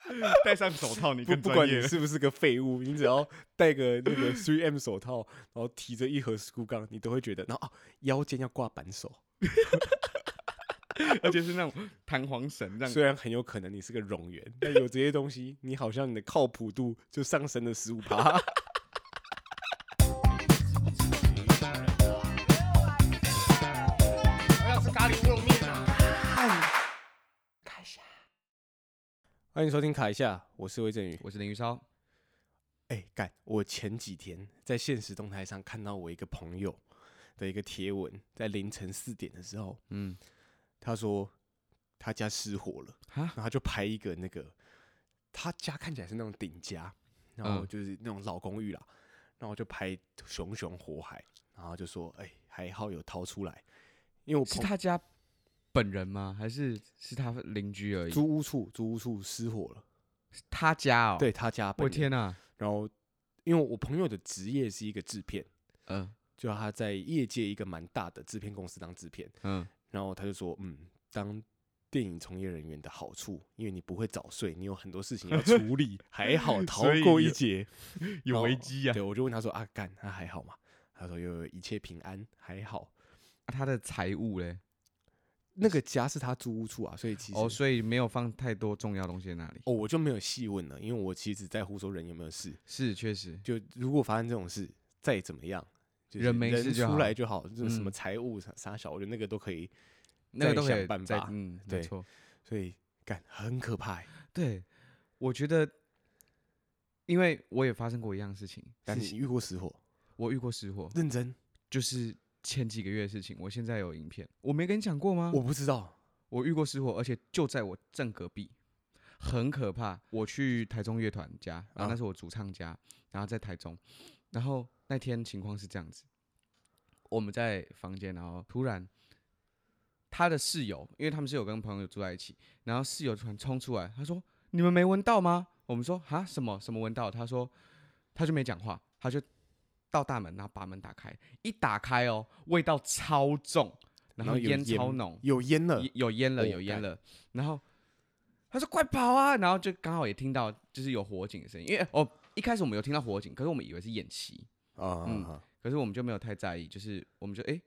戴上手套，你不更不专管业你了。是不是个废物，你只要戴个那个 3 M 手套，然后提着一盒 school 杠，你都会觉得，然后哦，腰间要挂扳手， 而且是那种弹簧绳，让虽然很有可能你是个冗员， 但有这些东西，你好像你的靠谱度就上升了十五趴。 要吃咖喱乌龙面啊！欢迎收听卡一下，我是魏振宇。我是林玉超，哎、干！我前几天在现实动态上看到我一个朋友的一个贴文，在凌晨四点的时候，嗯，他说他家失火了，然哈，后他就拍一个那个他家看起来是那种顶家，然后嗯就是那种老公寓啦，然后就拍熊熊火海，然后就说哎、还好有逃出来，因为我是朋他家本人吗？还是是他邻居而已？租屋处租屋处失火了，他家哦，，对他家本我人，天啊哪、然后因为我朋友的职业是一个制片，嗯就他在业界一个蛮大的制片公司当制片。嗯，然后他就说，嗯，当电影从业人员的好处，因为你不会早睡，你有很多事嗯情要 处理， 还好逃所以过一有劫。有然危后机啊！对，我就问他说啊，干，他、还好吗？他说有，有一切平安，还好。啊他的财务嘞，那个家是他租屋处啊，所以其实哦，哦所以没有放太多重要东西在那里。我就没有细问了，因为我其实只在乎说人有没有事。是，确实，就如果发生这种事，再怎么样，就是人没事就出好来就好，就是什么嗯财务啥啥小，我觉得那个都可以。那个都再可想以办再法嗯，对没错，所以干很可怕欸、对，我觉得，因为我也发生过一样事情，但是你遇过失火，我遇过失火，认真？就是前几个月的事情，我现在有影片，我没跟你讲过吗？我不知道。我遇过失火，而且就在我正隔壁，很可怕。我去台中乐团家，然啊后那是我主唱家，然后在台中，然后那天情况是这样子，我们在房间，然后突然他的室友，因为他们是有跟朋友住在一起，然后室友突然冲出来，他说：“你们没闻到吗？”我们说：“啊，什么什么闻到？”他说：“他就没讲话，他就到大门，然后把门打开，一打开哦，味道超重，然然后后有烟烟超浓，有烟了，有有烟了，哦有烟干了。然后他说快跑啊！然后就刚好也听到就是有火警的声音，因为哦一开始我们有听到火警，可是我们以为是演习，啊，嗯啊可是我们就没有太在意，就是我们就诶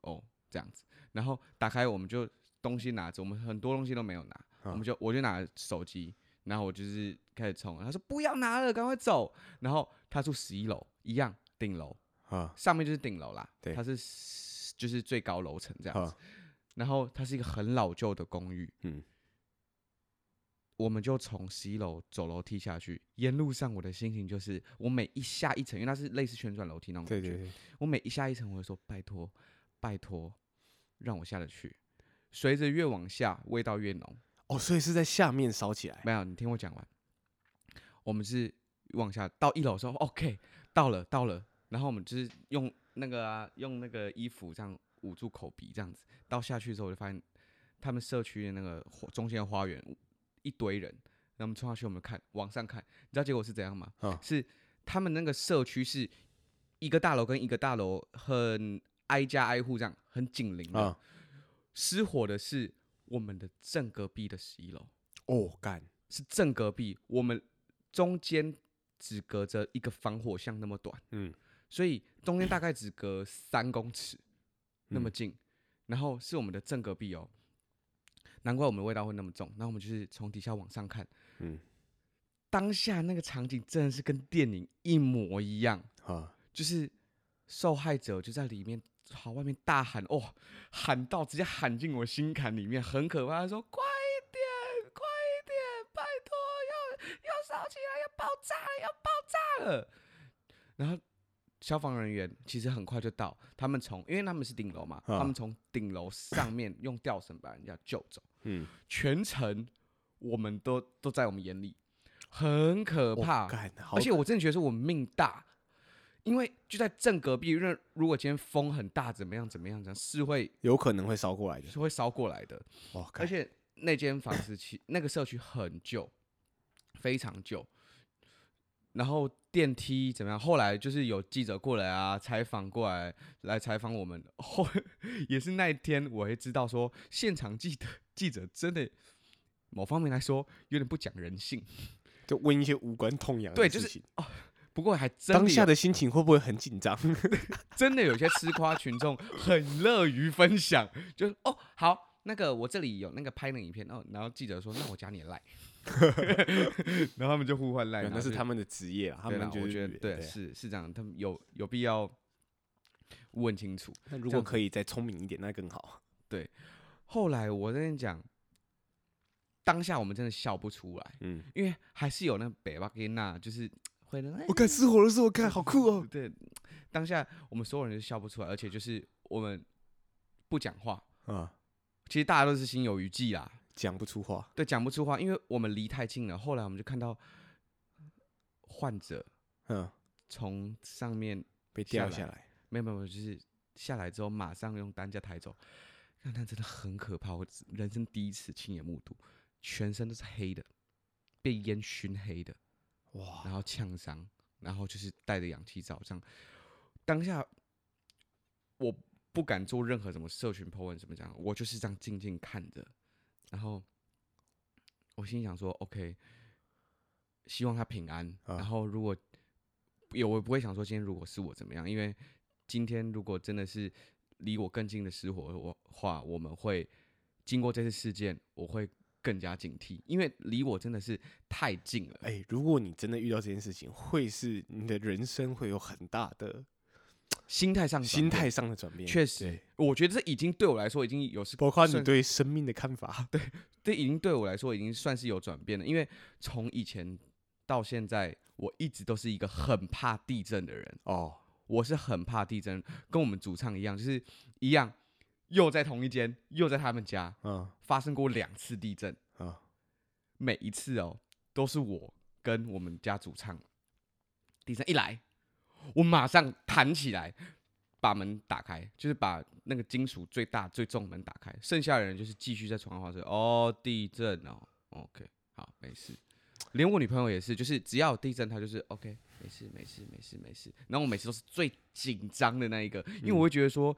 哦这样子，然后打开我们就东西拿着，我们很多东西都没有拿，嗯我们就我就拿手机，然后我就是开始冲，他说不要拿了，赶快走。然后他住十一楼，一样顶楼，啊上面就是顶楼啦，对它是就是最高楼层这样子啊。然后它是一个很老旧的公寓，嗯嗯，我们就从十一楼走楼梯下去，沿路上我的心情就是，我每一下一层，因为它是类似旋转楼梯那种对感觉，对对，我每一下一层，我就说拜托，拜托，让我下得去。随着越往下，味道越浓。哦，所以是在下面烧起来，没有，你听我讲完。我们是往下到一楼说 OK，到了到了，然后我们就是用那个啊，用那个衣服这样捂住口鼻这样子。到下去之后，我就发现他们社区的那个花中间的花园一堆人，然后我们冲下去，我们看往上看，你知道结果是怎样吗？嗯是他们那个社区是一个大楼跟一个大楼很挨家挨户这样，很紧邻的。啊，失火的是我们的正隔壁的十一楼。哦干，是正隔壁，我们中间只隔着一个防火巷那么短，嗯所以中间大概只隔三公尺嗯那么近，然后是我们的正隔壁哦，难怪我们的味道会那么重。那我们就是从底下往上看，嗯当下那个场景真的是跟电影一模一样，啊，就是受害者就在里面朝外面大喊，哦，喊到直接喊进我心坎里面，很可怕。他说：“快一点，快一点，拜托，要要烧起来，要爆炸了，要爆炸了。”然后消防人员其实很快就到，他们从因为他们是顶楼嘛，啊他们从顶楼上面用吊绳把人家救走，嗯，全程我们都都在我们眼里，很可怕。哦干，好而且我真的觉得是我命大，因为就在正隔壁。因为如果今天风很大，怎么样怎么样，怎么样是会有可能会烧过来的，是会烧过来的。哇而干，且那间房子其那个社区很旧，非常旧。然后电梯怎么样？后来就是有记者过来啊，采访过来来采访我们。 后也是那一天，我会知道说，现场记者记者真的某方面来说有点不讲人性。就问一些无关痛痒的对就事是情。不过还真当的下有的心情会不会很紧张？真的有些吃瓜群众很乐于分享，就是哦好，那个我这里有那个拍那个影片哦，然后记者说那我加你的赖， 然后他们就互换赖，对然后那是就他们的职业啊啦，他啊对啦们就我是觉得对啊是是这样，他们有有必要问清楚。那如这果样可以再聪明一点，那更好。后来我跟你讲，当下我们真的笑不出来，嗯，因为还是有那北巴给娜，就是会的。哎我看失火的时候，我看好酷哦。对，当下我们所有人都笑不出来，而且就是我们不讲话， 啊，其实大家都是心有余悸啦，讲不出话，对，讲不出话，因为我们离太近了。后来我们就看到患者嗯，从上面被掉下下来来，没有没有，没有就是下来之后马上用担架抬走，那那真的很可怕，我只人生第一次亲眼目睹，全身都是黑的，被烟熏黑的，哇，然后呛伤，然后就是带着氧气罩这样。当下我不敢做任何什么社群 po 文什么这样，我就是这样静静看着，然后我心里想说，OK，希望他平安。啊然后如果有我不会想说今天如果是我怎么样，因为今天如果真的是离我更近的失火的我话，我们会经过这次事件，我会更加警惕，因为离我真的是太近了。哎，如果你真的遇到这件事情，会是你的人生会有很大的心态上转心变，态上的转变。确实对，我觉得这已经对我来说已经有是，包括你算对生命的看法。对，这已经对我来说已经算是有转变了，因为从以前到现在，我一直都是一个很怕地震的人，哦，我是很怕地震，跟我们主唱一样，就是一样，又在同一间，又在他们家嗯发生过两次地震，啊，每一次哦都是我跟我们家主唱，地震一来，我马上弹起来，把门打开，就是把那个金属最大最重的门打开，剩下的人就是继续在床上划水。哦，地震哦，OK，好，没事。连我女朋友也是，就是只要有地震，她就是 OK，没事，没事，没事，没事。然后我每次都是最紧张的那一个，因为我会觉得说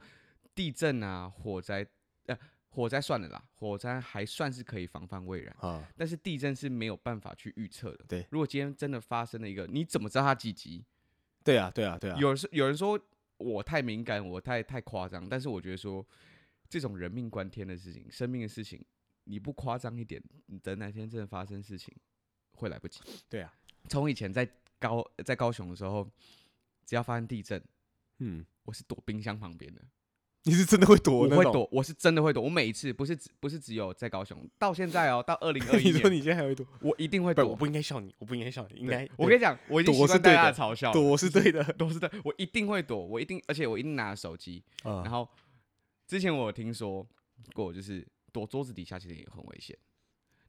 地震啊、火灾，呃，火灾算了啦，火灾还算是可以防范未然。啊，但是地震是没有办法去预测的。对如果今天真的发生了一个，你怎么知道它几级？对啊，对啊，对啊，有人说有人说我太敏感，我太太夸张，但是我觉得说这种人命关天的事情、生命的事情，你不夸张一点，你等哪天真的发生事情，会来不及。对啊，从以前在高在高雄的时候，只要发生地震，嗯，我是躲冰箱旁边的，你是真的会躲我那会种。 躲，我是真的会躲。我每一次不是只不是只有在高雄，到现在哦，到二零二一 你说年，你现在还会躲？我一定会不，躲。我不应该笑你，我不应该笑你，应对该我跟你讲，我已经躲习是惯大对家的的嘲笑了，躲是对的都是对，我一定会躲，我一定，而且我一定拿着手机。然啊。后之前我有听说过，就是躲桌子底下其实也很危险。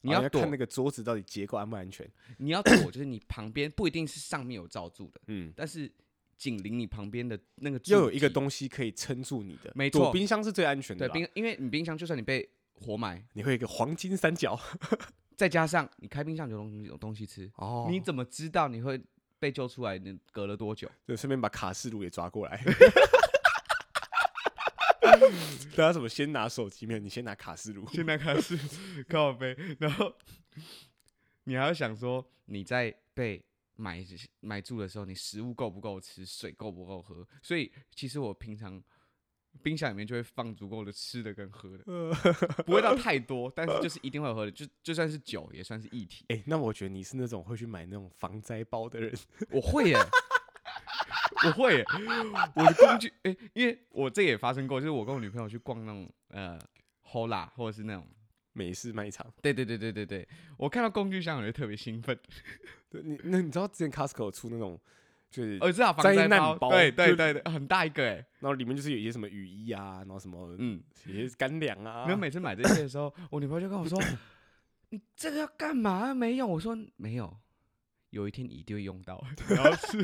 你哦要躲，看那个桌子到底结构安不安全？你要 躲，就是你旁边不一定是上面有罩住的，嗯，但是紧邻你旁边的那个要柱有一个体东西可以撑住你的。没躲错冰箱是最安全的对啦。冰，因为你冰箱就算你被活埋，你会有一个黄金三角。再加上你开冰箱有东西有东西吃， 哦你怎么知道你会被救出来？你隔了多久？对，顺便把卡式炉也抓过来。 大家怎么先拿手机？没有，你先拿卡式炉。 现在开始靠背，然后你还要想说你在被埋埋住的时候，你食物够不够吃，水够不够喝？所以其实我平常冰箱里面就会放足够的吃的跟喝的，不会到太多，但是就是一定会有喝的，就就算是酒也算是液体。哎、那我觉得你是那种会去买那种防灾包的人。 我会耶、 我会耶、我的工具哎、因为我这也发生过，就是我跟我女朋友去逛那种呃 Hola 或者是那种。美式卖场，对对对对对对，我看到工具箱我就特别兴奋，对你那你知道之前 Costco 有出那种就是，哦，知道防灾灾难包对就对对对，很大一个哎，然后里面就是有一些什么雨衣啊，然后什么嗯，一些干粮啊然后，每次买这些的时候，我女朋友就跟 我说：“你这个要干嘛？没用。”我说：“没有，有一天你一定会用 到。”然后是，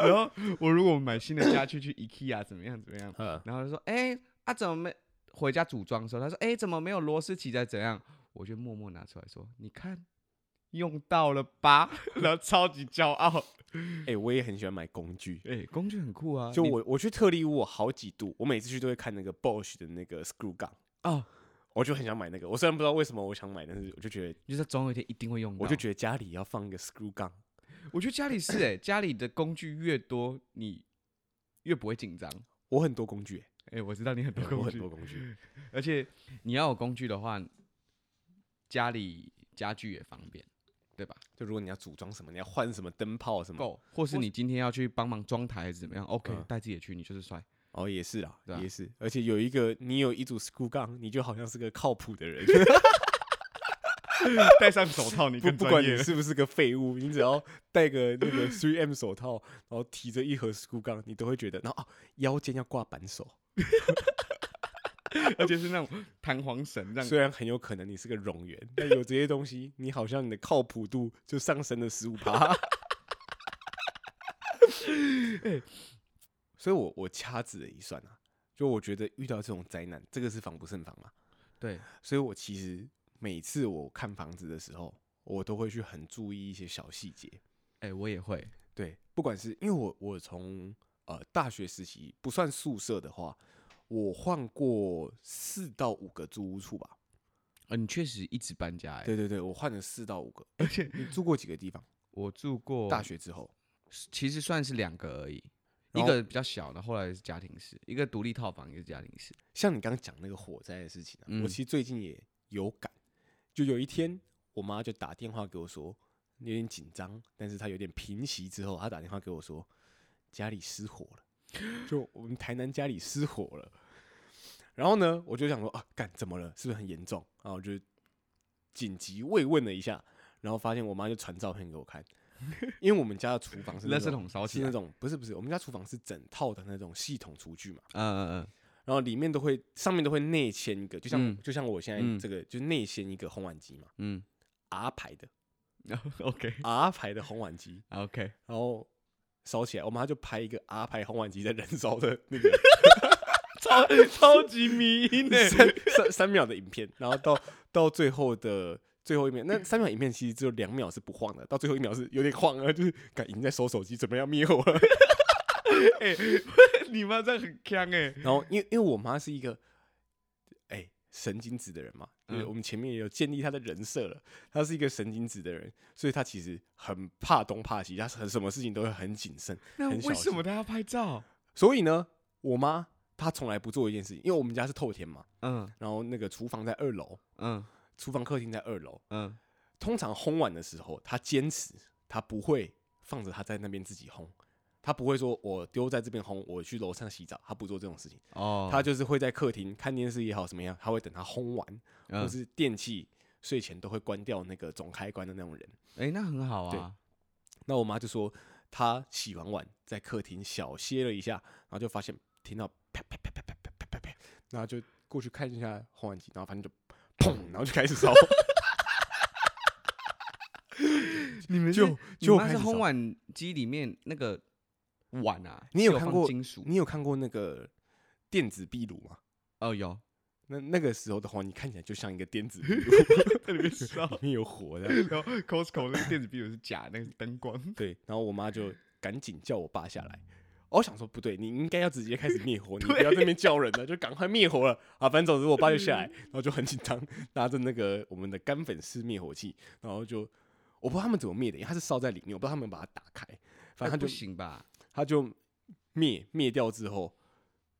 然后我如果买新的家具去 IKEA 怎么样怎么样，呃，然后就说：“哎、啊怎么没回家组装的时候？”他说：“哎、怎么没有螺丝起子怎样？”我就默默拿出来说：“你看。”用到了吧， 然后超级骄傲。哎、我也很喜欢买工具。哎、工具很酷啊！就嗯你我我去特利屋，我好几度，我每次去都会看那个 Bosch 的那个 screw 杠，哦，我就很想买那个。我虽然不知道为什么我想买，但是我就觉得，就是总有一天一定会用到。我就觉得家里要放一个 screw gun。我觉得家里是哎、 家里的工具越多，你越不会紧张。我很多 工具、欸，哎、 我知道你很多我工很具多，工具。而且你要有工具的话，家里家具也方便，对吧？就如果你要组装什么，你要换什么灯泡什么，够，或是你今天要去帮忙装台还是怎么样？OK，嗯带自己的去，你就是 帅。哦，也是啊，对啊也是。而且有一个，你有一组 screw gun，你就好像是个靠谱的人。戴上手套，你不不管你是不是个废物，你只要戴个那个3 M 手套，然后提着一盒 screw gun，你都会觉得，然后、哦、腰间要挂扳手。 而且是那种弹簧绳这样。虽然很有可能你是个冗员，但有这些东西，你好像你的靠谱度就上升了十五趴。 哎所以我我掐指了一算啊，就我觉得遇到这种灾难，这个是防不胜防嘛。对，所以我其实每次我看房子的时候，我都会去很注意一些小细节。哎、我也会。对，不管是因为我我从呃大学时期不算宿舍的话，我换过四到五个租屋处吧。呃，你确实一直搬家哎、对对对，我换了四到五个，而且你住过几个地方？我住过大学之后，其实算是两个而已，一然后个比较小的，后来是家庭式，一个独立套房，一个是家庭式。像你刚刚讲那个火灾的事情、啊，嗯我其实最近也有感，就有一天我妈就打电话给我说，有点紧张，但是她有点平息之后，她打电话给我说家里失火了，就我们台南家里失火了。然后呢，我就想说啊，干怎么了？是不是很严重？然后我就紧急慰问了一下，然后发现我妈就传照片给我看，因为我们家的厨房是那垃圾种桶烧起是那来种不是不是，我们家厨房是整套的那种系统厨具嘛。嗯嗯然后里面都会上面都会内嵌一个，就像、嗯就像我现在嗯这个、就内嵌一个红碗机嘛嗯，R 牌的嗯 ，OK 啊 R 牌的红碗机， OK，然后烧起来，我妈就拍一个 R 牌红碗机在燃烧的 那个 超超级迷 因欸呢三三三秒的影片，然后到到最后的最后一秒，那三秒影片其实只有两秒是不晃的，到最后一秒是有点晃了，就是感已经在收手机，准备要灭火了。你妈这样很强哎、然后因为因为我妈是一个哎、神经质的人嘛，就是嗯我们前面也有建立她的人设了，她是一个神经质的人，所以她其实很怕东怕西，她很什么事情都会很谨慎。那很小为什心么他要拍照？所以呢，我妈她从来不做一件事情，因为我们家是透天嘛，嗯然后那个厨房在二楼，嗯厨房客厅在二楼，嗯，通常烘碗的时候，她坚持她不会放着她在那边自己烘。她不会说，我丢在这边烘，我去楼上洗澡。她不做这种事情，哦她就是会在客厅看电视也好，什么样，她会等她烘完，或嗯是电器睡前都会关掉那个总开关的那种人。哎、那很好对啊。那我妈就说，她洗完碗在客厅小歇了一下，然后就发现听到啪啪啪啪啪啪啪啪啪，然后就过去看一下烘碗机，然后反正就砰，然后就开始烧，你们就是你就妈开是始烘烧碗机里面那个碗啊，你是有有看放过金属？你有看过那个电子壁炉吗？哦，有。那那个时候的话，你看起来就像一个电子壁炉， 在里 面里面有火 的。然后 Costco 那个电子壁炉是假，那个是灯光。对，然后我妈就赶紧叫我爸下来。哦我想说不对，你应该要直接开始灭火，你不要在那边叫人了，就赶快灭火了啊！反正总之我爸就嗯下来，然后就很紧张，拿着那个我们的干粉式灭火器，然后就我不知道他们怎么灭的，因为它是烧在里面，我不知道他们把它打开，反那正他哎不就行吧？他就灭灭掉之后，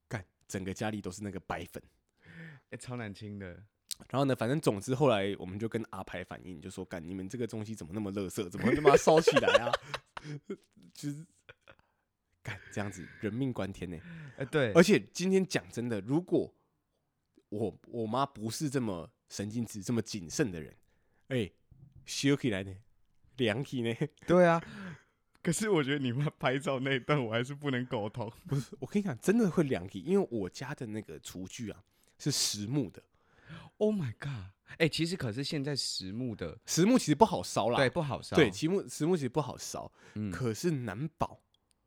干整个家里都是那个白粉。哎、超难清的。然后呢，反正总之后来我们就跟阿排反映，就说干你们这个东西怎么那么垃圾，怎么他妈烧起来啊？ 就是干这样子，人命关天呢、哎、对，而且今天讲真的，如果我我妈不是这么神经质、这么谨慎的人，哎、修起来呢，凉起呢， 对啊。可是我觉得你妈拍照那一段，我还是不能苟同。我跟你讲，真的会凉起，因为我家的那个厨具啊是实木的， Oh my god！哎、其实可是现在实木的，实木其实不好烧啦，对，不好烧。对，实木实木其实不好烧，嗯可是难保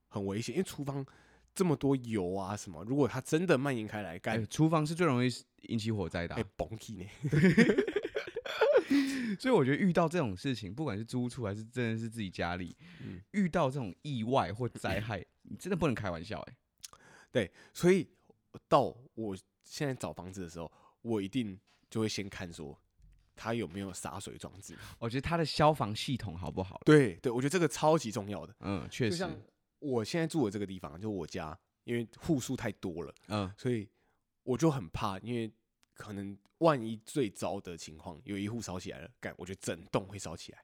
很危险，因为厨房这么多油啊什么，如果它真的蔓延开来，哎、干厨房是最容易引起火灾的啊、哎崩起呢。 所以我觉得遇到这种事情，不管是租屋处还是真的是自己家里，嗯遇到这种意外或灾害，你真的不能开玩笑、哎，对，所以到我现在找房子的时候，我一定就会先看说它有没有洒水装 置。我觉得它的消防系统好不好？对对，我觉得这个超级重要的。嗯，确就实像，我现在住的这个地方，就我家，因为户数太多了，嗯，所以我就很怕，因为可能万一最糟的情况，有一户烧起来了，干，我觉得整栋会烧起来，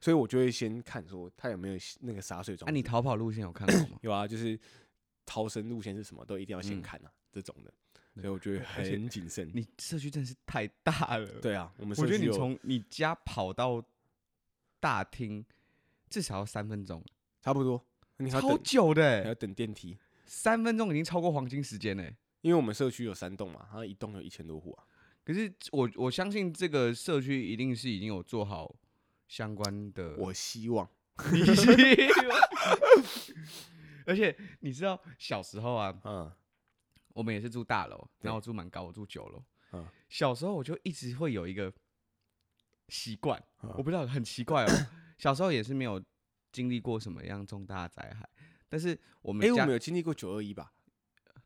所以我就会先看说它有没有那个洒水装那置。啊你逃跑路线有看过吗？ 有啊，就是逃生路线是什么，都一定要先嗯看啊，这种的，所以我觉得而且很谨慎。你社区真的是太大了，，对啊，我们我觉社得区你有从你家跑到大厅至少要三分钟，差不多，你还要超等，久的还欸，要等电梯，三分钟已经超过黄金时间嘞。欸因为我们社区有三栋嘛，它一栋有一千多户啊。可是我我相信这个社区一定是已经有做好相关的我希望，体系， 而且你知道小时候啊，嗯，我们也是住大楼，然后我住蛮高，我住九楼。嗯小时候我就一直会有一个习惯，嗯我不知道很奇怪哦。小时候也是没有经历过什么样重大灾害，但是我们哎、我家、们有经历过九二一吧？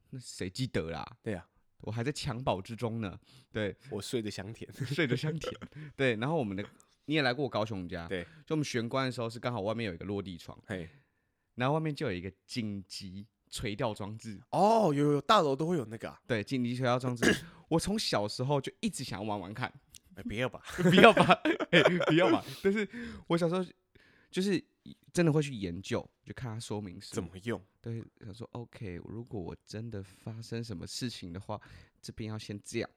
那谁记得啦？对啊，我还在襁褓之中呢，对，我睡得香甜。 睡得香甜。对，然后我们的你也来过我高雄家，对，就我们玄关的时候是刚好外面有一个落地窗，嘿，然后外面就有一个紧急垂钓装置，哦，有有大楼都会有那个、啊，对，紧急垂钓装置， 我从小时候就一直想要玩玩看， 哎不要吧？不要吧，嘿不要吧，但是我小时候就是真的会去研究，就看它说明书，怎么 用？对，想说 OK，如果我真的发生什么事情的话，这边要先这样，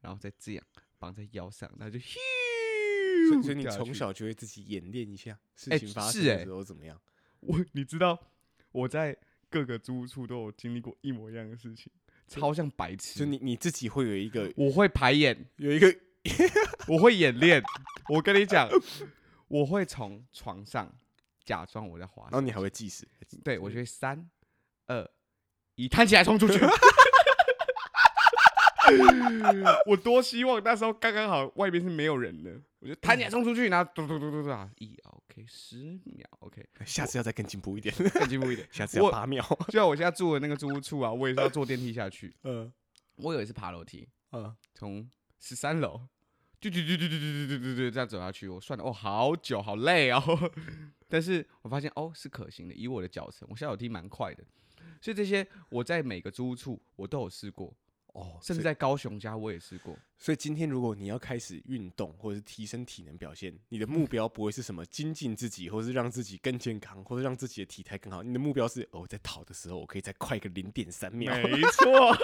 然后再这样绑在腰上，然后就咻所以所以你掉下从嗯啊去小就会自己演练一下事哎情发是生的哎时候怎么样？我你知道我在各个租屋处都有经历过一模一样的事情，超像白就痴。你你自己会有一 个我会排演，有一个我会演练。 我跟你讲， 我会从床上假装我在滑然手后你还会计时，机，对我就会三二一，弹起来冲出去。 我多希望那时候刚刚好外面是没有人的，我就弹起来冲出去，然后嘟嘟嘟嘟嘟啊，一 OK 十秒 OK，下次要再更进步一点，更进步一点。 下次要我八秒。就像我现在住的那个租屋处啊，我也是要坐电梯下去。 嗯我有一次爬楼梯，嗯，从十三楼，嘟嘟嘟嘟嘟嘟嘟嘟嘟这样走下去，我算了哦，好久，好累哦。 但是我发现哦是可行的，以我的脚程，我下楼梯蛮快的。所以这些我在每个租屋处我都有试过，哦，甚至所以在高雄家我也试过。所以今天如果你要开始运动或者是提升体能表现，你的目标不会是什么精进自己，或是让自己更健康，或者让自己的体态更好。你的目标是哦，我在跑的时候我可以再快个零点三秒，哎错，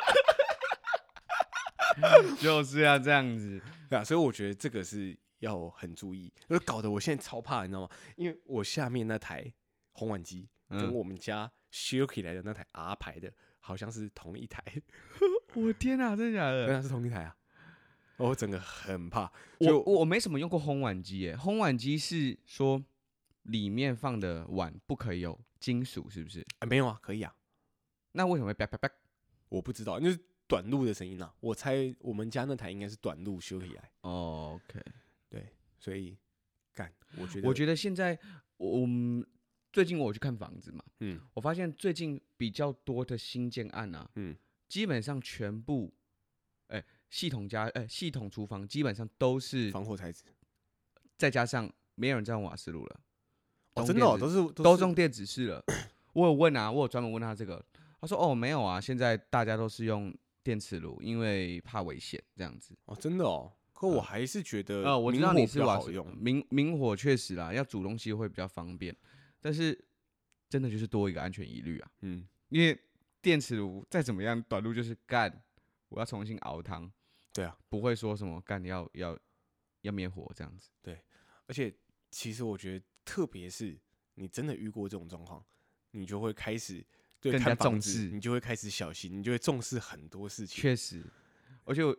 就是要这样子。对啊，所以我觉得这个是要很注意，就是搞得我现在超怕，你知道吗？因为我下面那台红碗机跟嗯我们家 Shirky 来的那台 R 牌的，好像是同 一台，我天哪、真的假原的？来是同一台啊！我整个很怕，我就我没什么用过烘碗机耶，烘碗机是说里面放的碗不可以有金属，是不是？啊没有啊，可以啊，那为什么会啪啪啪？我不知道，就是短路的声音啊。我猜我们家那台应该是短路 Shirky 来，哦，OK、对，所以干，o 我觉 k 得，我觉得现在我我们最近我有去看房子嘛，嗯，我发现最近比较多的新建案啊，嗯，基本上全部，哎、系统加哎、系统厨房基本上都是防火材质再加上没有人在用瓦斯炉了，哦，懂真的、哦、电子都是都都是用电子式了。我有问啊，我有专门问他这个，他说哦没有啊，现在大家都是用电磁炉，因为怕危险这样子。哦，真的哦。可我还是觉得嗯呃，我知明道火你比是较瓦好斯嗯用，明明火确实啦，要煮东西会比较方便，但是真的就是多一个安全疑虑啊，嗯。因为电磁炉再怎么样短路就是干，我要重新熬汤，对啊，不会说什么干要要要灭火这样子，而且其实我觉得，特别是你真的遇过这种状况，你就会开始对更加看房重子视你就会开始小心，你就会重视很多事情，确实，而且我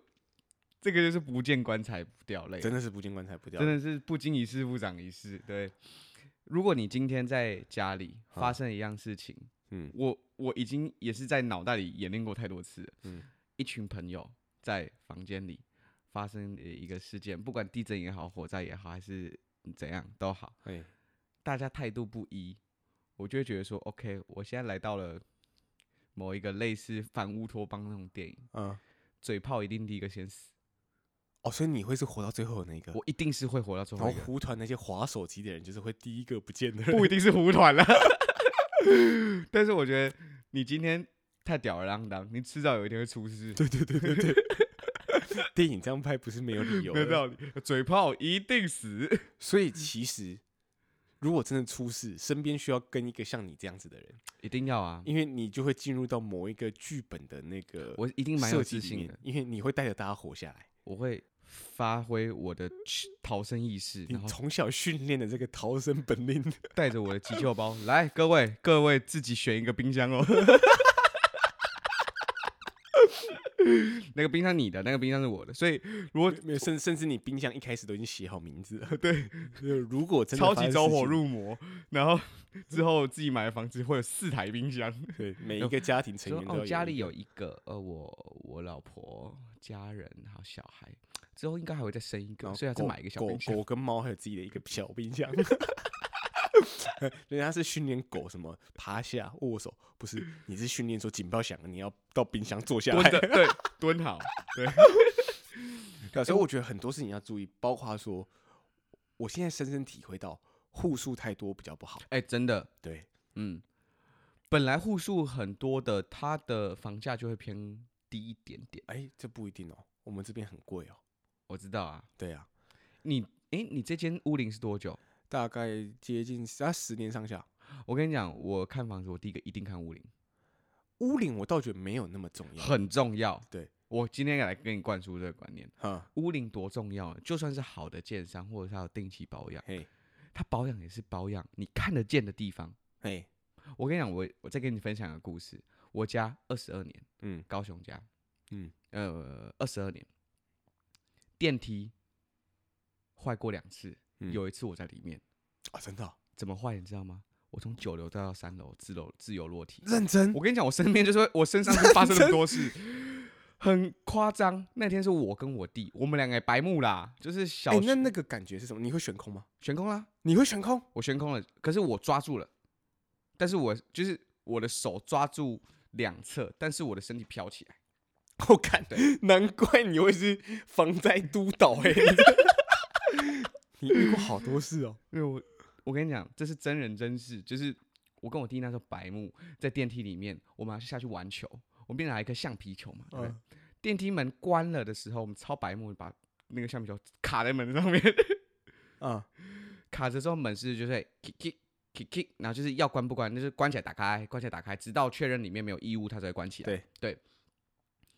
这个就是不见棺材不掉泪，真的是不见棺材不掉真泪。的是不经一事不长一智。对，如果你今天在家里发啊生一样事情，嗯我我已经也是在脑袋里演练过太多次了。嗯一群朋友在房间里发生的一个事件，不管地震也好，火灾也好，还是怎样都好，哎，大家态度不一，我就会觉得说，OK，我现在来到了某一个类似反乌托邦那种电影，嗯，嘴炮一定第一个先死。哦，所以你会是活到最后的那个，我一定是会活到最然后后一个，胡团那些划手机的人，就是会第一个不见的人。不一定是胡团了。 但是我觉得你今天太吊儿郎当，你迟早有一天会出事。对对对对对，电影这样拍不是没有理由没有的。道理，嘴炮一定死。所以其实，如果真的出事，身边需要跟一个像你这样子的人，一定要啊！因为你就会进入到某一个剧本的那个我一定蛮有设计自里信面的，因为你会带着大家活下来。我会发挥我的去逃生意识，你然后从小训练的这个逃生本领，带着我的急救包来，各位各位自己选一个冰箱哦。 那个冰箱你的，那个冰箱是我的，所以如果 没有甚甚至你冰箱一开始都已经写好名字了。 对，如果真的超发级生走事火情，入魔，然后之后自己买的房子会有四台冰箱。对每一个家庭成说员都要哦，家里有有一个，呃，我我老婆、家人还有小孩，之后应该还会再生一一个，个，然后所以还是狗买一个小狗冰箱。狗跟猫还有自己的一个小冰 箱。人家是训练狗什么趴下握手，不是你是训练说警报响了，你要到冰箱坐下蹲来着，。 对，蹲好，对，对啊哎所以我觉得很多事情要注意，包括说，我现在深深体会到户数太多比较不好。哎、真的，对，嗯，本来户数很多的，它的房价就会偏低一点点。哎，这不一定哦，我们这边很贵哦。我知道啊，对啊，你，哎、你这间屋龄是多久？大概接近啊十年上下。我跟你讲，我看房子，我第一个一定看屋龄，屋龄我倒觉得没有那么重要。很重要。对，我今天也来跟你灌输这个观念，哈，屋龄多重要呢？就算是好的建商，或者是它有定期保养，嘿，它保养也是保养你看得见的地方。嘿，我跟你讲，我我再跟你分享个故事，我家二十二年。嗯高雄家，嗯，呃，二十二年，电梯坏过两次，嗯有一次我在里面，啊，真的哦怎么坏你知道吗？我从九楼掉到三楼，自楼自由落体。认真我跟你讲，我身边就是会 我身上就发生了很多 事，很夸张。那天是我跟我弟，我们两个也白目啦，就是小哎、学那那个感觉是什么？你会悬空吗？悬空啦，你会悬空？ 我悬空了，可是我抓住了，但是我就是我的手抓住两侧，但是我的身体飘起来。我看，难怪你会是防灾督导哎、 你遇过好多事哦。因为我我跟你讲，这是真人真事，就是我跟我弟那时候白目，在电梯里面，我们要下去玩球，我们变拿一颗橡皮球嘛，对不对？嗯电梯门关了的时候，我们超白目，把那个橡皮球卡在门上面， 啊，卡着之后门是就是会 kick kick kick kick，然后就是要关不关，就是关起来打开，关起来打开，直到确认里面没有异物，它才会关起来。对对。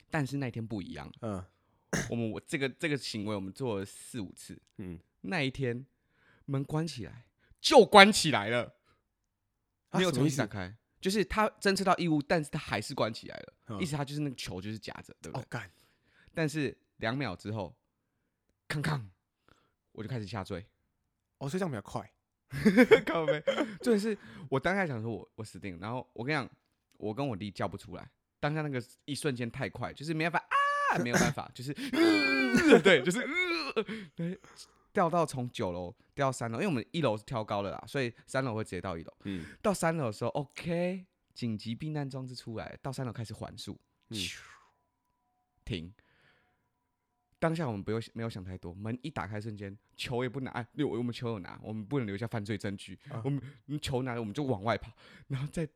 但是那天不一样，嗯我们我这个这个行为我们做了四五次，嗯，那一天门关起来就关起来了，啊没有什重么意新打思开，就是它侦测到异物，但是它还是关起来了，嗯意思它就是那个球就是夹着，对不哦对？，干，但是两秒之后，康康，我就开始下坠，哦，所以这样比较快。 靠背，重点是我当下想说我我死定了，然后我跟你讲，我跟我弟叫不出来，当下那个一瞬间太快，就是没办法啊，没有办法，就是、对，就是、呃、对掉到从九楼掉到三楼，因为我们一楼是挑高的啦，所以三楼会直接到一楼。嗯，到三楼的时候，OK，紧急避难装置出来，到三楼开始缓速，嗯咻停。当下我们不用没有想太多，门一打开瞬间，球也不拿，哎对我我们球有拿，我们不能留下犯罪证据，啊我们我们球拿了我们就往外跑，然后在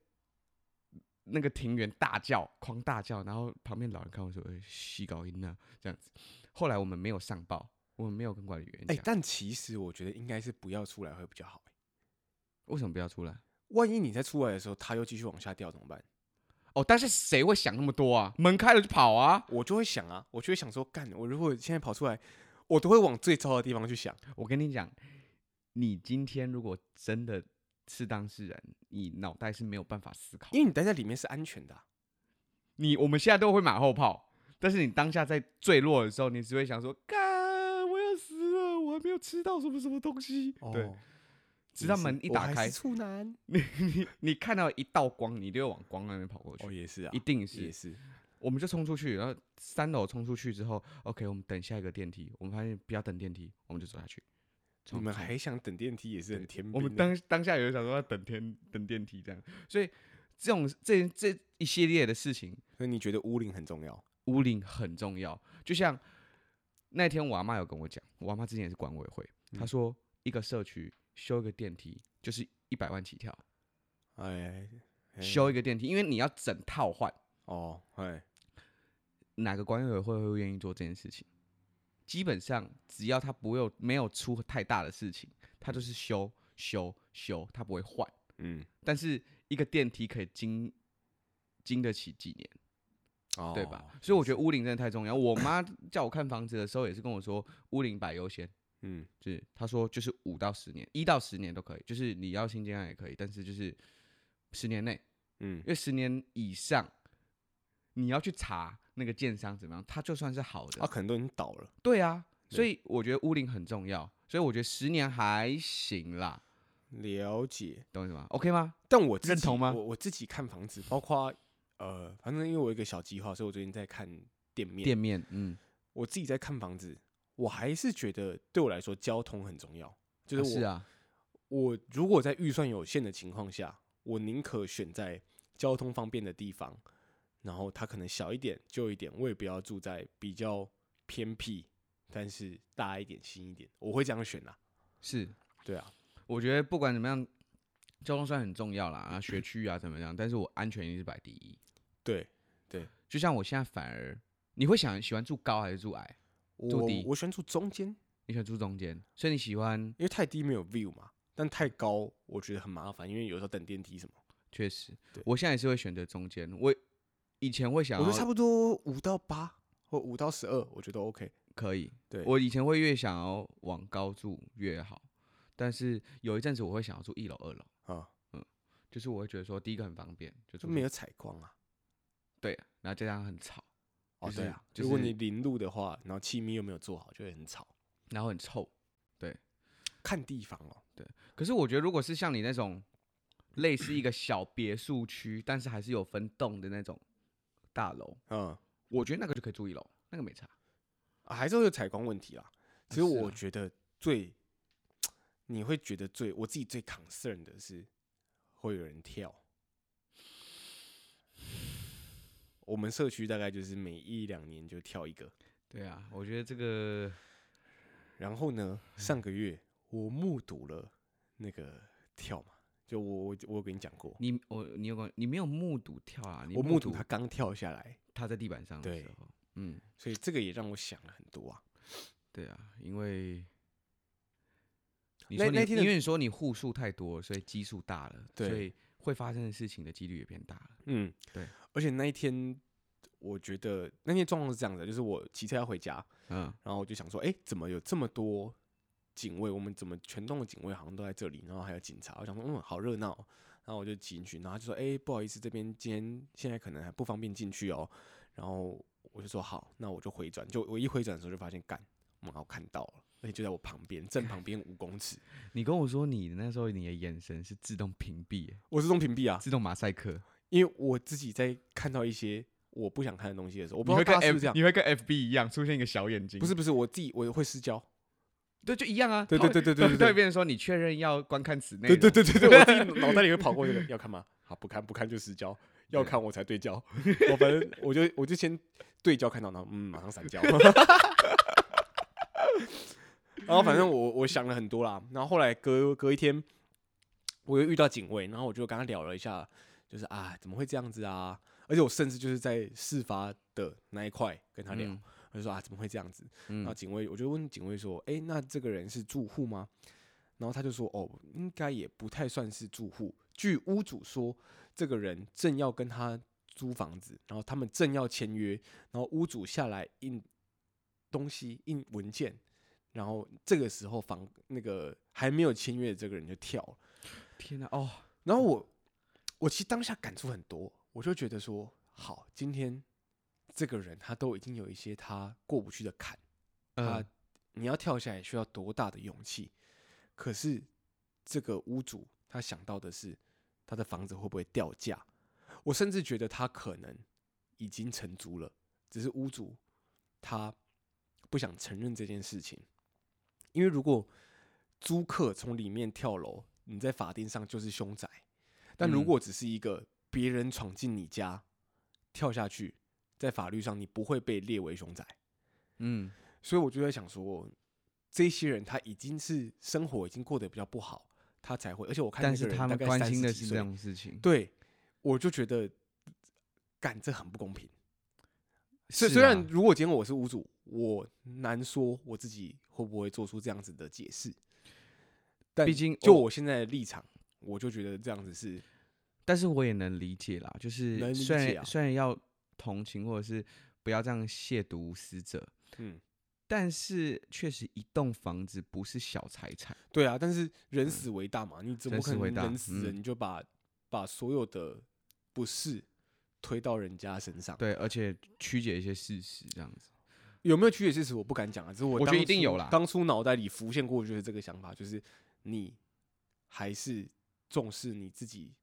那个庭园大叫，狂大叫，然后旁边老人看我说：“哎，西高音呐，这样子。”后来我们没有上报，我们没有跟管理员哎、讲，但其实我觉得应该是不要出来会比较好、欸。为什么不要出来？万一你在出来的时候，它又继续往下掉怎么办？哦，但是谁会想那么多啊？门开了就跑啊！我就会想啊，我就会想说，干，我如果现在跑出来，我都会往最糟的地方去想。我跟你讲，你今天如果真的是当事人，你脑袋是没有办法思考因。为你待在里面是安全的啊、你我们现在都会马后炮，但是你当下在坠落的时候，你只会想说：“干，我要死了，我还没有吃到什么什么东西。对，哦，直到也是门一我打还开是处男。你你看到一道光，你就会往光那边跑过去，哦，也是啊一，定也是。是。我们就冲出去，然后三楼冲出去之后，OK，我们等下一个电梯。我们发现不要等电梯，我们就走下去。你冲们冲还想等电梯，也是很天兵的。我们当当下有想说要等天等电梯这样，所以这种这这一系列的事情，所以你觉得屋龄很重要？屋龄很重要。就像那天我阿妈有跟我讲，我阿妈之前也是管委会，她说一个社区修一个电梯就是一百万起跳，哎，哎修一个电梯，因为你要整套换，哦，哎，哪个管委会会愿意做这件事情？基本上只要他不有没有出太大的事情，他就是修修修，他不会换。嗯，但是一个电梯可以经经得起几年，哦，对吧？所以我觉得屋龄真的太重要。我妈叫我看房子的时候也是跟我说，屋龄摆优先，嗯，就是她说就是五到十年，一到十年都可以，就是你要新建案也可以，但是就是十年内，嗯因为十年以上你要去查那个建商怎么样，他就算是好的嗯，啊，可能都已经倒了，对啊，对所以我觉得屋龄很重要，所以我觉得十年还行啦，了解。懂我意思吗？OK 吗？但我自认己同吗我我自己看房子，包括呃，反正因为我有一个小计划，所以我最近在看店面。店面，嗯，我自己在看房子，我还是觉得对我来说交通很重要。就啊是我、是啊，我如果在预算有限的情况下，我宁可选在交通方便的地方，然后它可能小一点、旧一点，我也不要住在比较偏僻，但是大一点、新一点，我会这样选啦。是，对啊，我觉得不管怎么样，交通算很重要啦，啊，学区啊怎么样，但是我安全一定是摆第一。对就像我现在反而，你会想喜欢住高还是住矮？我住低我喜欢住中间，你喜欢住中间，所以你喜欢因为太低没有 view 嘛，但太高我觉得很麻烦，因为有时候等电梯什么，确实对，我现在也是会选择中间。我以前会想我觉得差要不多五到八或五到十二，我觉得 OK。可以，对，我以前会越想要往高住越好，但是有一阵子我会想要住一楼、二楼，嗯啊，就是我会觉得说第一个很方便，就就住没有采光啊。对，然后加上很吵，哦，就是对啊，就如果是你临路的话，然后气密又没有做好，就会很吵。然后很臭。看地方哦，可是我觉得如果是像你那种类似一个小别墅区，但是还是有分栋的那种大楼，嗯，我觉得那个就可以住一楼，那个没差。啊还是会有采光问题啦。其实是我啊觉得最，你会觉得最我自己最 concern 的是会有人跳。我们社区大概就是每一两年就跳一个，对啊，我觉得这个然后呢，上个月我目睹了那个跳嘛，就我我我有跟你讲过，你我你有跟我你没有目睹跳啊，你我目睹睹他刚跳下来，他在地板上的对时候，嗯，所以这个也让我想了很多啊。对啊，因为你那说你那天的因为你说你户数太多了，所以基数大了，对所以会发生的事情的几率也变大了。嗯，对。而且那一天，我觉得那天状况是这样啊的，就是我骑车要回家，嗯，然后我就想说，哎、怎么有这么多警卫？我们怎么全栋的警卫好像都在这里？然后还有警察，我想说，嗯，好热闹哦。然后我就挤进去，然后他就说，哎、不好意思，这边今天现在可能还不方便进去哦。然后我就说好，那我就回转。就我一回转的时候就发现，干，妈，我看到了，而且就在我旁边，正旁边五公尺，你跟我说你那时候你的眼神是自动屏蔽耶，我是中屏蔽啊，自动马赛克，因为我自己在看到一些我不想看的东西的时候，我不你知道会跟大家是不是 F 这样。你会跟 FB 一样出现一个小眼睛，不是不是，我自己我会失焦。对，就一样啊。对他对对对对会对 他会对变成说你确认要观看此内对容，对对对对，我自己脑袋里会跑过这个，要看吗？好，不看不看就失焦，要对看我才对焦。 我反正我就我就先对焦看到，然后嗯，马上闪焦。 然后反正我我想了很多啦，然后后来隔隔一天，我又遇到警卫，然后我就跟他聊了一下，就是啊，怎么会这样子啊？而且我甚至就是在事发的那一块跟他聊，嗯我就说啊，怎么会这样子？嗯那警卫，我就问警卫说：“诶，那这个人是住户吗？”然后他就说：“哦，应该也不太算是住户。据屋主说，这个人正要跟他租房子，然后他们正要签约，然后屋主下来印东西、印文件，然后这个时候房那个还没有签约的这个人就跳了。天哪、哦，然后我，我其实当下感触很多，我就觉得说，好，今天这个人他都已经有一些他过不去的坎。”他、嗯你要跳下来需要多大的勇气？可是这个屋主他想到的是他的房子会不会掉价？我甚至觉得他可能已经承租了，只是屋主他不想承认这件事情，因为如果租客从里面跳楼，你在法定上就是凶宅；但如嗯果只是一个别人闯进你家跳下去，在法律上你不会被列为凶宅。嗯，所以我就在想说，这些人他已经是生活已经过得比较不好，他才会，而且我看但那个是人他大们概关30心的几是岁这种事情，对，我就觉得，干这很不公平。虽是虽然啊如果今天我是屋主，我难说我自己会不会做出这样子的解释，但毕竟就我我现在的立场，我就觉得这样子是但是我也能理解啦，就能是理虽解然、啊虽然要同情或者是不要这样亵渎死者，嗯，但是确实一栋房子不是小财产，对啊。但是人死为大嘛，你怎嗯么人可死为能大人死了嗯你就把、把所有的不是推到人家身上？对，而且曲解一些事实这样子。有没有曲解事实我不敢讲啊，只是我我觉得当一定有初啦当初脑袋里浮现过就是这个想法，就是你还是重视你自己。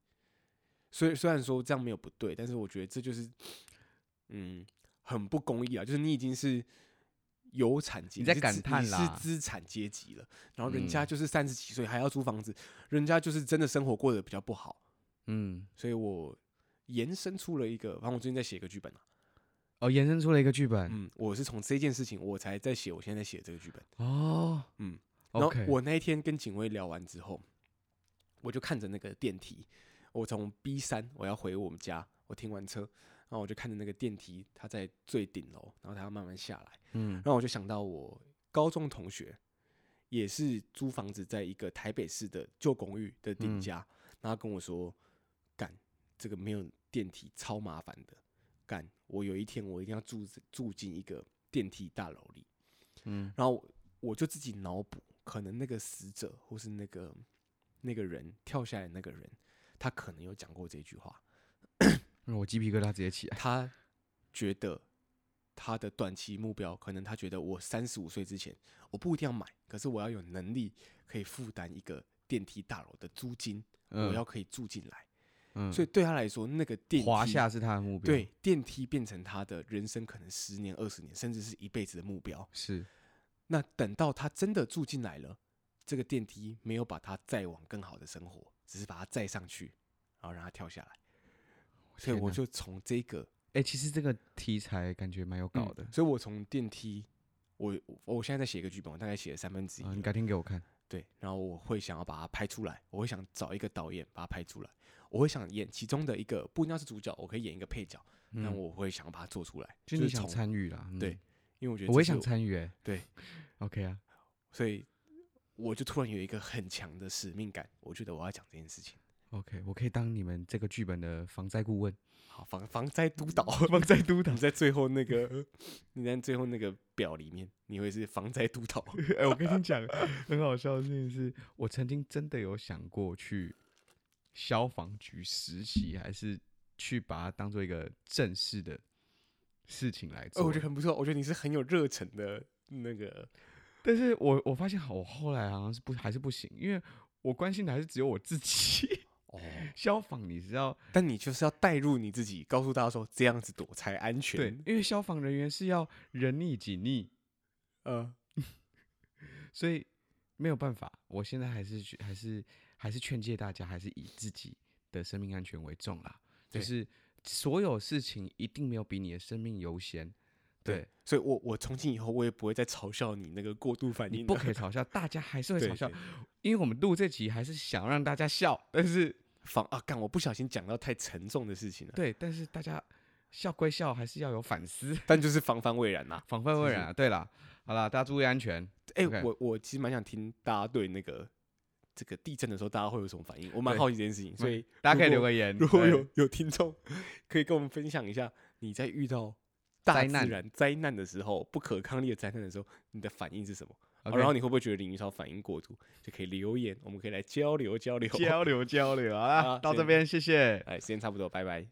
虽虽然说这样没有不对，但是我觉得这就是，嗯，很不公义啊！就是你已经是有产阶级，你在是感资叹你啦嗯是资产阶级了，然后人家就是三十几岁还要租房子，人家就是真的生活过得比较不好，嗯，所以我延伸出了一个，反正我最近在写一个剧本啊，哦，延伸出了一个剧本、嗯，我是从这件事情我才在写，我现在在写这个剧本。哦，嗯然后，OK，我那一天跟警卫聊完之后，我就看着那个电梯，我从 B 三我要回我们家，我停完车，然后我就看着那个电梯，它在最顶楼，然后它要慢慢下来，嗯然后我就想到我高中同学也是租房子在一个台北市的旧公寓的顶嗯家，然后他跟我说，干这个没有电梯超麻烦的，干我有一天我一定要住住进一个电梯大楼里。嗯，然后我就自己脑补，可能那个死者或是那个那个人跳下来那个人，他可能有讲过这句话，让我鸡皮疙瘩直接起来。他觉得他的短期目标，可能他觉得我三十五岁之前，我不一定要买，可是我要有能力可以负担一个电梯大楼的租金，我嗯要可以住进来，嗯，所以对他来说，那个电梯华夏是他的目标，，对电梯变成他的人生可能十年、二十年，甚至是一辈子的目标。是那等到他真的住进来了，这个电梯没有把他载往更好的生活，只是把他载上去，然后让他跳下来。所以天我哪就从这个哎、其实这个题材感觉蛮有搞的，啊所以我从电梯，我我我现在在写一个剧本，我大概写了三分之一啊，你了。改天给我看。对，然后我会想要把它拍出来，我会想找一个导演把它拍出来，我会想演其中的一个，不一定要是主角，我可以演一个配角，那、嗯我会想把它做出来。就是你想从，参与啦，嗯对，因为我觉得我也这是想参与、哎，对 ，OK 啊，所以我就突然有一个很强的使命感，我觉得我要讲这件事情。 OK，我可以当你们这个剧本的防灾顾问，好，防防灾督导， 防灾督导，你在最后那个， 你在最后那个表里面，你会是防灾督 导。哎、我跟你讲，很好笑的事情是，我曾经真的有想过去消防局实习，还是去把它当做一个正式的事情来哦，做。我觉得很不错，我觉得你是很有热忱的那个，但是我我发现好，我后来好像是不还是不行，因为我关心的还是只有我自己。哦， 消防你是要但你就是要带入你自己，告诉大家说这样子躲才安对全。，，因为消防人员是要人力己力，呃，所以没有办法，我现在还是去还是还是劝诫大家，还是以自己的生命安全为重啦。就对是所有事情一定没有比你的生命优先，对，所以我我从今以后我也不会再嘲笑你那个过度反你应，不 可以嘲笑，大家还是会对嘲笑对，因为我们录这集还是想让大家笑，但是防啊！干，我不小心讲到太沉重的事情了，对，但是大家笑归笑，还是要有反思，但就是防范未然啦、防范未是然啊。对啦，好啦，大家注意安全。哎、 OK 我我其实蛮想听大家对那个这个地震的时候，大家会有什么反应？我蛮对嗯好奇这件事情，所以大家可以如留果个言，如果对有有听众可以跟我们分享一下，你在遇到大灾自难然灾难的时候，不可抗力的灾难的时候，你的反应是什么？哦 OK 然后你会不会觉得林云超反应过度？就可以留言，我们可以来交流交流。交流交流好啦，好到这先边谢谢。哎，时间差不多，拜拜。